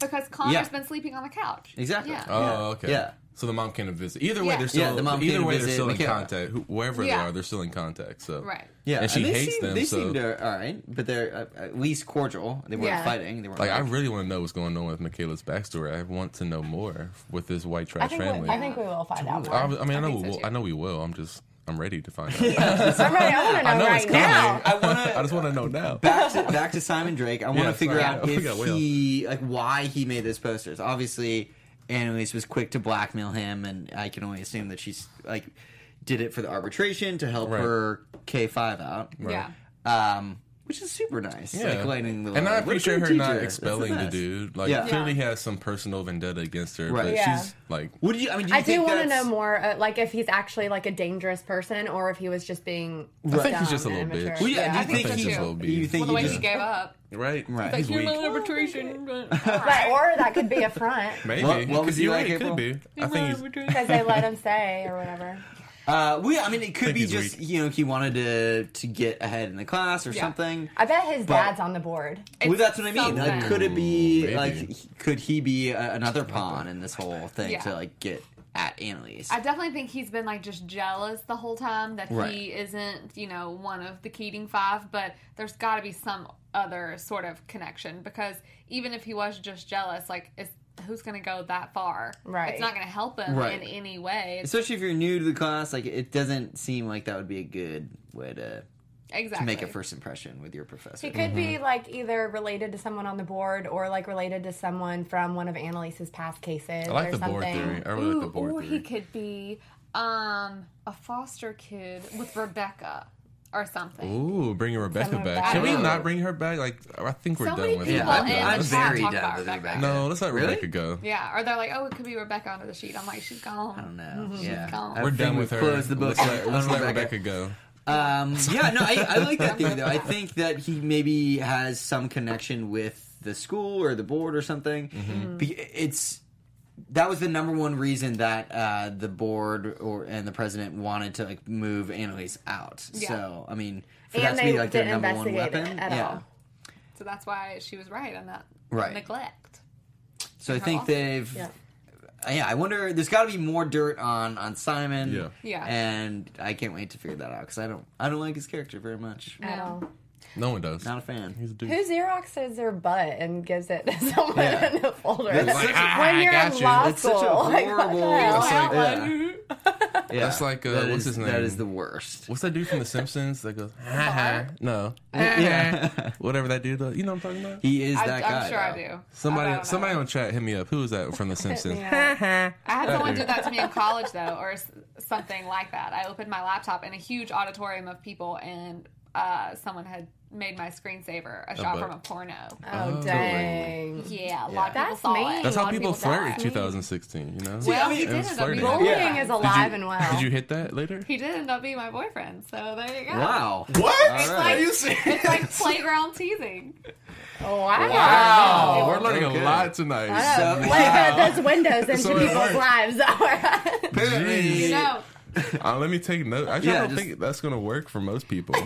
because Connor's
Yeah.
been sleeping on the couch.
Exactly.
Yeah.
Oh,
Yeah.
okay.
Yeah.
So the mom came to visit. Either way,
Yeah.
they're still.
Yeah, the mom
either
came to
way, they're
visit
still in
Michaela.
contact. Who- Wherever
Yeah.
they are, they're still in contact. So
Right.
Yeah,
and she
they
hates
seem,
them.
They
so
seem to all right, but they're uh, at least cordial. They weren't
Yeah.
fighting. They weren't
like, I really want to know what's going on with Michaela's backstory. I want to know more with this white
I
trash
think,
family.
we, I think we will find out
I,
more.
I mean, I, know
think
we
so,
will.
too.
I know we will. I'm just. I'm ready to find out.
I'm ready. I want to know,
I know it's
right
coming.
now.
I want
I
to
just want to know now.
back to back to Simon Drake. I want
Yeah,
to figure
sorry.
out
We
if
got way
he like why he made those posters. Obviously, Annalise was quick to blackmail him, and I can only assume that she's like did it for the arbitration to help
Right.
her K five out.
Yeah.
Um, which is super nice. Like lightning the
and I
load. What a
appreciate
good
her
teacher.
not
That's the
expelling the
best.
dude. Like,
Yeah.
clearly he has some personal vendetta against her,
Right.
but
Yeah.
she's like,
What do you? I mean, do you
I do
think
want to know
that's-
more, uh, like if he's actually like a dangerous person or if he was just being.
I think he's
dumb
just a
and
little bitch.
immature.
Well, yeah,
Yeah,
do you
I think
think,
so,
he-
too.
little
you
bitch.
think
Well, the
he
way
just
he gave up.
right,
Right.
He's
Like,
You're
weak.
my arbitration.
But or that could be a front
Maybe.
What- what
Could-
was he
you're
like,
right, it
April?
Could be. I think he's,
because they let him stay or whatever.
Uh, well, yeah, I mean, it could
Think
be
he's
just
weak.
you know he wanted to to get ahead in the class or
Yeah.
something.
I bet his
But-
dad's on the board.
well, that's what I mean. Like,
something.
could it be
Ooh, maybe.
like he- could he be a, another pawn in this whole thing
Yeah.
to like get at at Annalise.
I definitely think he's been like just jealous the whole time that
Right.
he isn't, you know, one of the Keating five, but there's got to be some other sort of connection because even if he was just jealous, like, it's, who's going to go that far?
Right.
It's not going to help him
Right.
in any way.
Especially if you're new to the class, like it doesn't seem like that would be a good way to, to
exactly.
make a first impression with your professor.
He could
Mm-hmm.
be like either related to someone on the board or like related to someone from one of Annalise's past cases.
I like
or
the board
something.
theory. I really
Ooh,
like the board
or
theory.
he could be um, a foster kid with Rebecca or something.
Ooh, bringing Rebecca
Someone
back.
back.
Can we
Ooh.
not bring her back? Like, I think we're
So
done
many
with
people
it.
Yeah, I'm-
in
I'm
the chat
very
talk
done
about
with it back.
Rebecca.
No, let's not
Really?
Rebecca go.
Yeah, or they're like, oh, it could be Rebecca under the sheet. I'm like, she's gone.
I don't know. Yeah,
gone.
I
We're
think
done
we
with her.
Close the book.
Let's let,
on
let's let
Rebecca.
Rebecca go.
Um, yeah, no, I, I like that theory though. I think that he maybe has some connection with the school or the board or something.
Hmm.
Be- It's that was the number one reason that uh, the board or and the president wanted to like move Annalise out.
Yeah.
So I mean, for
And
that to be
they
like their
didn't
number one
investigate it
weapon,
at
yeah.
all.
So that's why she was right on that
Right.
neglect.
So I think
all.
they've. uh,
Yeah.
Yeah. I wonder. There's got to be more dirt on on Simon.
Yeah.
Yeah.
And I can't wait to figure that out because I don't I don't like his character very much.
I don't know.
No one does.
Not a fan.
He's a dude.
Who Xeroxes their butt and gives it to someone
Yeah.
in the folder?
That's Like, such a-
"Ah,
when
I
you're
got
in
you."
law
That's
school.
such a
like, what the
horrible.
hell?
That's like-
yeah. Yeah.
That's like, uh,
That
what's
is-
his
That
name?
is the worst.
What's that dude from The Simpsons that goes, ha ha? No.
Yeah.
Whatever that dude does. You know what I'm talking about?
He is
I,
that guy.
I'm sure
though.
I do. I don't know.
Somebody somebody on chat hit me up. Who is that from The Simpsons?
I had someone do that to me in college though, or s- something like that. I opened my laptop in a huge auditorium of people, and uh, someone had made my screensaver a shot
butt.
from a porno.
Oh, dang.
Yeah, a lot of
Yeah.
people
That's
saw
mean.
it.
That's
A
how
lot of
people
people
flirt in
die.
2016, you know?
Yeah, I
well,
mean,
he
it
did
was
end up being
flirting.
my
Bullying
boyfriend.
is alive and well.
Did you hit that later?
He did end up being my boyfriend, so there you go.
Wow.
What?
All
Like,
right.
it's like playground teasing.
Wow.
Wow, Oh, we're learning
Okay.
a lot tonight.
So-
Like, uh, those windows into
So it
people's
worked.
lives.
Apparently-
You know,
Uh, let me take note. Actually,
Yeah,
I don't
just-
think that's gonna work for most people.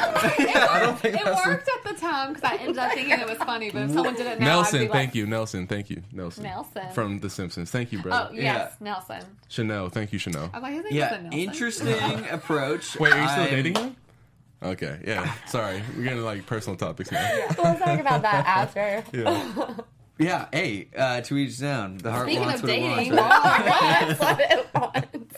I don't think
it
that's
worked at the time because I ended up thinking it was funny, but if someone did it now, I'd
Nelson,
be like,
thank you, Nelson, thank you, Nelson,
Nelson.
from The Simpsons. Thank you,
Oh
brother.
yes,
Yeah.
Nelson.
Chanel, thank you, Chanel.
I'm like, his name
Yeah.
wasn't Nelson.
Interesting approach.
Wait, are you still
I'm-
dating him? Okay, yeah. Sorry, we're getting like personal topics now.
we'll talk about that after.
Yeah.
Yeah. Hey, uh, to each his own. The heart
Speaking
wants
of
what it wants.
dating,
right?
That's what it was.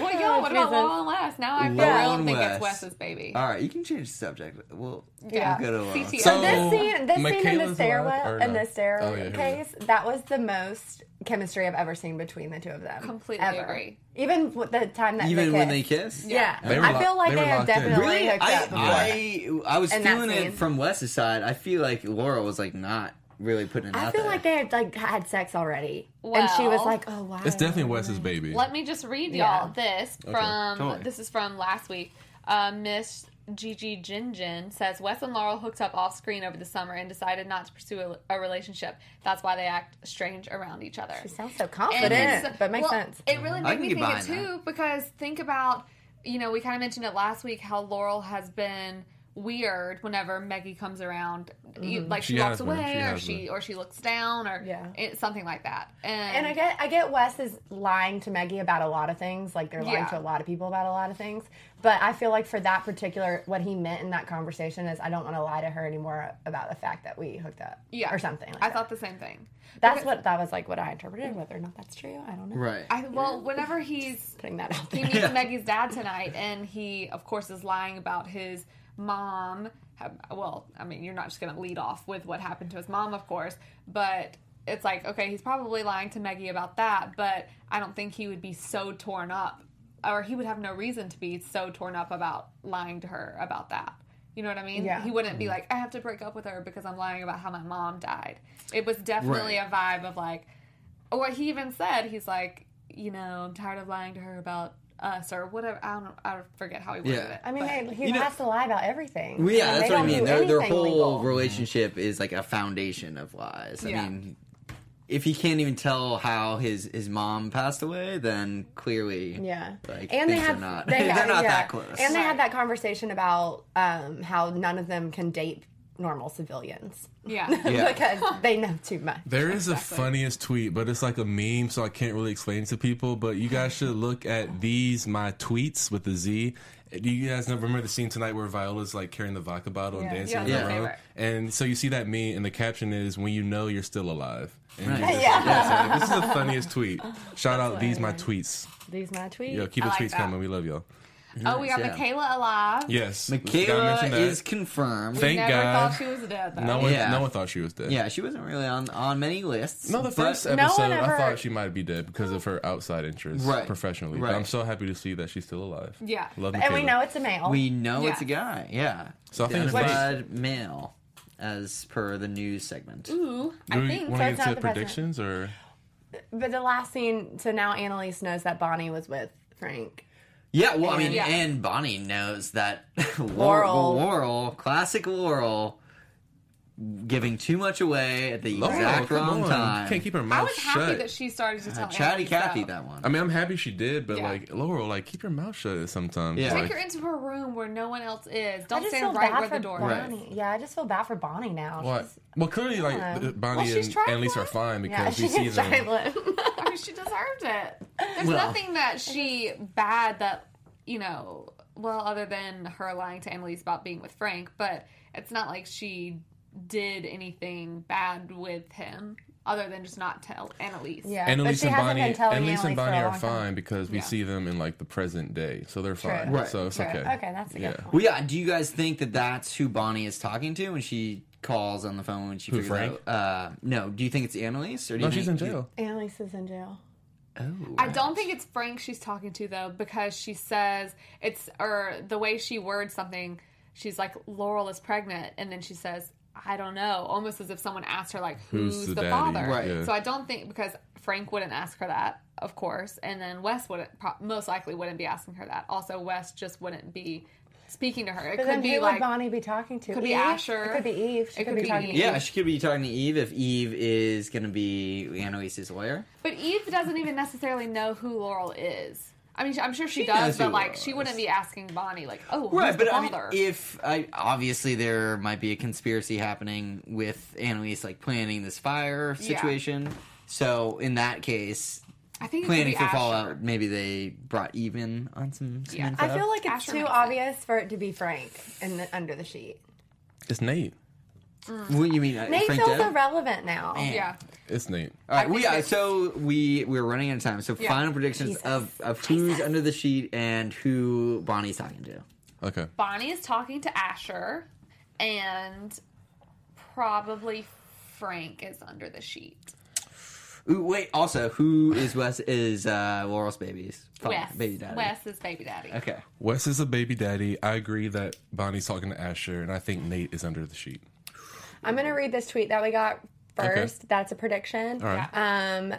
well, yo, what about
Jesus.
Law and West? Now I for
Law
real
and
think
West.
it's Wes's baby.
All right, you can change the subject. We'll,
Yeah.
we'll go to uh,
CTO.
So-
This scene, this scene in the
Oh, Michaela's alive,
stairwell,
or
in
no?
the stairwell
Oh, yeah, here we go.
case, that was the most chemistry I've ever seen between the two of them.
Completely
Ever.
agree.
Even with the time that
even
they
when they
kissed.
kiss.
yeah,
They were
I feel
lo-
like
they
they,
were
have
locked in.
definitely
Really,
hooked up before.
I, I I was
In that
feeling it
scene.
from Wes's side. I feel like Laura was like not really putting it
I
out
feel
there.
like they had like had sex already, and she was
Well-
like, "Oh wow."
It's definitely Wes's baby.
Let me just read
Yeah.
y'all this from
totally.
this is from last week. Uh, Miss Gigi Jinjin says Wes and Laurel hooked up off screen over the summer and decided not to pursue a, a relationship. That's why they act strange around each other.
She sounds so
And
confident,
it's-
but makes
well,
sense.
It really
I
made
can get
me think it
behind that.
too because think about you know we kind of mentioned it last week how Laurel has been weird whenever Maggie comes around, You- like she,
She
walks
has been.
away
She
or
has
she
been.
or she looks down or
Mm-hmm. Yeah.
it, something like that. And,
And I get, I get Wes is lying to Maggie about a lot of things. Like they're lying
Yeah.
to a lot of people about a lot of things. But I feel like for that particular, what he meant in that conversation is, I don't want to lie to her anymore about the fact that we hooked up,
yeah
or something. Like
I
that.
thought the same thing.
that's what that was like. What I interpreted, whether or not that's true, I don't know.
right.
I well whenever he's
Putting that out
he
there.
meets Maggie's dad tonight, and he, of course, is lying about his mom. Ha- Well, I mean, you're not just going to lead off with what happened to his mom, of course, but it's like, okay, he's probably lying to Maggie about that, but I don't think he would be so torn up, or he would have no reason to be so torn up about lying to her about that. You know what I mean?
Yeah.
He wouldn't be like, I have to break up with her because I'm lying about how my mom died. It was definitely
Right.
a vibe of like, or he even said he's like you know i'm tired of lying to her about us or whatever i don't i forget how he worded
Yeah.
it
I mean,
but-
hey, he
You know-
has to lie about everything.
Well, yeah,
They
that's what I
don't
mean.
do
Their, their
anything
whole
legal.
relationship is like a foundation of lies. I
Yeah.
mean, if he can't even tell how his his mom passed away, then clearly,
Yeah,
like,
and they
things are
have
not
They,
are not
yeah.
that close.
And they
Right.
had that conversation about um, how none of them can date normal civilians
Yeah.
Yeah.
because they know too much.
There is a funniest tweet, but it's like a meme, so I can't really explain to people. But you guys should look at these my tweets with the Z. Do you guys never remember the scene tonight where Viola's like carrying the vodka bottle and
Yeah.
dancing
Yeah,
on
that's
her
my
own?
favorite.
And so you see that meme, and the caption is "When you know you're still alive." And you
Right.
just-
Yeah.
yeah, so, like, this is the funniest tweet. Shout out these my tweets.
These my tweets.
Yo, keep
I
the
like
tweets
that.
coming. We love y'all.
Oh, we got
Yeah.
Michaela alive.
Yes, Gotta
Michaela
mention that.
is confirmed.
Thank
Never
God.
thought she was dead though.
no one,
Yeah.
no one thought she was dead.
yeah, she wasn't really on on many lists.
No, the
but-
first
no
episode,
one
I
ever-
thought she might be dead because of her outside interests
Right.
professionally. But
Right.
I'm so happy to see that she's still alive.
Yeah.
Love
and we
Michaela.
know it's a male.
we know
Yeah.
it's a guy. Yeah,
So I think it's
identified male, as per the news segment.
Ooh,
Do
I
we
think.
want to
so
get
it's not
into
the president.
predictions or?
but the last scene, so now Annalise knows that Bonnie was with Frank.
Yeah, well, I mean,
Yeah.
and Bonnie knows that Laurel,
Laurel.
Laurel, classic Laurel, giving too much away at the exact
come
wrong
on.
time.
You can't keep her
I
mouth
was
shut.
happy that she started to tell.
Chatty
Annalise
Cathy,
out.
that one.
I mean, I'm happy she did, but
Yeah.
like Laurel, like keep your mouth shut sometimes.
Yeah.
Like,
Take her into her room where no one else is.
I
Don't
just feel
stand right
bad
where
for
the door
Right.
is.
Bonnie. Yeah, I just feel bad for Bonnie now.
What?
She's-
Well, clearly, like uh,
Well,
Bonnie
she's
and,
traveling.
and Lisa are fine
Yeah,
because we
she's
see them.
silent.
I mean, she deserved it. There's
Well.
nothing that she bad that you know. Well, other than her lying to Annalise about being with Frank, but it's not like she did anything bad with him, other than just not tell Annalise.
yeah, but
Annalise
she
and
hasn't
Bonnie,
been telling
Annalise and
for a
Bonnie are
long time.
fine because we
Yeah.
see them in like the present day, so they're
True.
fine.
Right.
So it's
True.
okay.
Okay, that's a good
Yeah.
point.
well, yeah. Do you guys think that that's who Bonnie is talking to when she calls on the phone when she
Who,
figures
Frank?
out? Uh, no. Do you think it's Annalise or do
No,
you
she's in
think,
jail.
Annalise is in jail.
Oh,
I don't think it's Frank she's talking to though, because she says it's or the way she words something, she's like Laurel is pregnant, and then she says I don't know, almost as if someone asked her like Who's, the,
daddy?
father?
Right.
Yeah.
So I don't think because Frank wouldn't ask her that, of course, and then Wes wouldn't pro- most likely wouldn't be asking her that. Also, Wes just wouldn't be speaking to her. It
But
could
then
be
who
like
would Bonnie be talking to?
could be
Eve?
Asher.
It could be Eve. She
It
could,
could
be,
be
talking to
Eve.
Yeah, she could be talking to Eve if Eve is going to be Annalise's lawyer.
But Eve doesn't even necessarily know who Laurel is. I mean, I'm sure she,
She knows
does,
who
but like,
Laurel
she
is.
wouldn't be asking Bonnie, like, "Oh, who's
Right,
the
but I mean,
father?"
if I, obviously there might be a conspiracy happening with Annalise, like planning this fire
Yeah.
situation. So in that case,
I think it could
planning
be
for
Asher.
fallout, maybe they brought even on some. some
Yeah.
info.
I feel like it's
Asher
too
makes
obvious for it to be Frank in the, under the sheet.
It's Nate.
What you mean? uh,
Nate
Frank
feels
Deb?
irrelevant now.
Yeah.
It's Nate.
All right,
think
we are,
it's-
so we we're running out of time. So
Yeah.
final predictions
Jesus.
of of who's under the sheet and who Bonnie's talking to.
Okay.
Bonnie is talking to Asher, and probably Frank is under the sheet.
Ooh, wait. Also, who is Wes? Is uh, Laurel's baby's father-
Wes,
baby daddy?
Wes is baby daddy.
Okay.
Wes is a baby daddy. I agree that Bonnie's talking to Asher, and I think Nate is under the sheet.
I'm gonna read this tweet that we got first. That's a prediction.
right.
Um,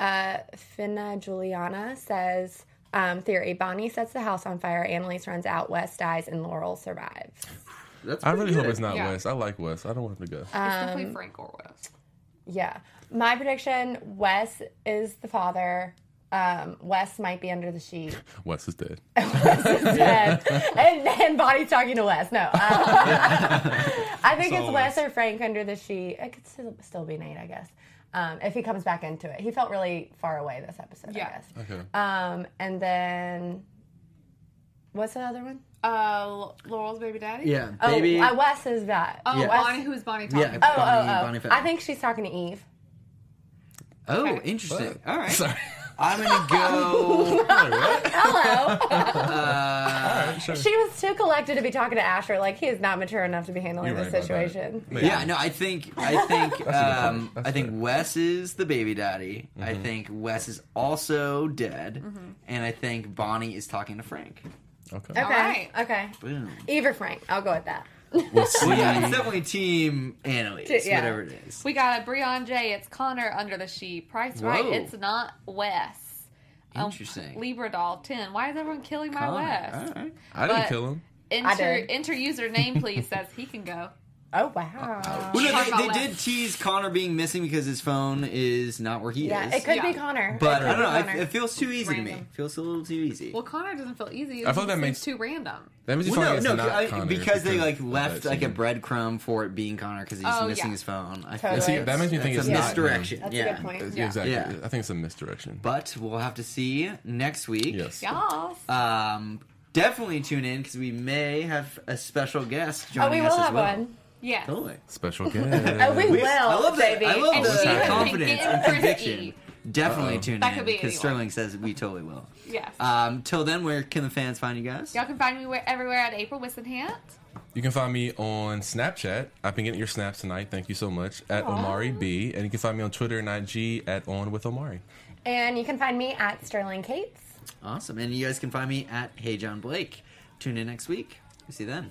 uh, Finna Juliana says. Um, theory: Bonnie sets the house on fire. Annalise runs out. Wes dies, and Laurel survives.
That's
I
pretty
really hope
good.
it's not
Yeah. Uh,
Wes. I like Wes. I don't want him to go.
It's definitely Frank or Wes.
Yeah, my prediction: Wes is the father. Um, Wes might be under the sheet.
Wes is dead.
dead. and, and Bonnie's talking to Wes. No. Uh, I think it's Wes or Frank under the sheet. It could still, still be Nate, I guess. Um, if he comes back into it. He felt really far away this episode,
Yeah.
I guess.
Okay.
Um, and then, what's the other one?
Uh, Laurel's baby daddy.
Yeah,
Oh,
baby.
uh, Wes is that.
Oh,
Yeah.
Bonnie. Who's Bonnie talking?
Yeah.
to?
oh, oh,
Bonnie-
oh.
Bonnie Fett.
I think she's talking to Eve.
oh,
okay.
interesting. All right.
Sorry.
I'm gonna go.
Hello.
sure.
she was too collected to be talking to Asher. Like, he is not mature enough to be handling
You're
this
right about that.
situation.
yeah, no, I think I think um,
That's
I think
fair.
Wes is the baby daddy. I think Wes is also dead, and I think Bonnie is talking to Frank.
Okay.
Okay.
right.
Okay.
Boom.
Eve or Frank. I'll go with that.
We'll see.
Well, yeah, it's definitely Team Annalise,
Yeah.
whatever it is.
We got a Breon J. It's Connor under the sheet. Price right.
Whoa.
It's not Wes. Um,
Interesting.
Libra doll ten. Why is everyone killing my
All
Wes?
right.
I didn't
But-
kill him.
Enter
did.
enter user name please. Says he can go.
Oh wow.
Well,
Talking
no, they,
about
they did
left.
tease Connor being missing because his phone is not where he
Yeah,
is.
it could
Yeah.
be Connor.
but
it
I
could
don't know.
be
It,
Connor.
it feels too easy to me.
Random.
It feels a little too easy.
Well, Connor doesn't feel easy.
I thought that
It
makes-
seems too random.
That means you
Well,
probably
no,
it's
no,
not
I-
Connor
because they like
of that
left like a
season.
breadcrumb for it being Connor because he's
Oh,
missing
yeah.
his phone. I
Totally.
think
See, that makes me think
it's
it's
a
not him.
misdirection.
That's
yeah.
a good point.
Yeah, Exactly.
Yeah.
I think it's a misdirection.
But we'll have to see next week.
yes.
Yes.
Um, definitely tune in because we may have a special guest
Oh,
joining
we
us
will
as
have
well.
one.
yes.
Totally.
Special
Oh, we
guest.
will.
I love that.
baby.
I love
And
the
she has
confidence
been
and
for
conviction.
E.
Definitely tune
That
in
could be
because
anyone.
Sterling says we totally will.
Yes.
Um, till then, where can the fans find you guys?
Y'all can find me where, everywhere at April Wissenhant.
you can find me on Snapchat. I've been getting your snaps tonight. Thank you so much. At Omari B. And you can find me on Twitter and IG at On With Omari.
And you can find me at Sterling Cates.
Awesome, and you guys can find me at Hey John Blake. Tune in next week. See you then.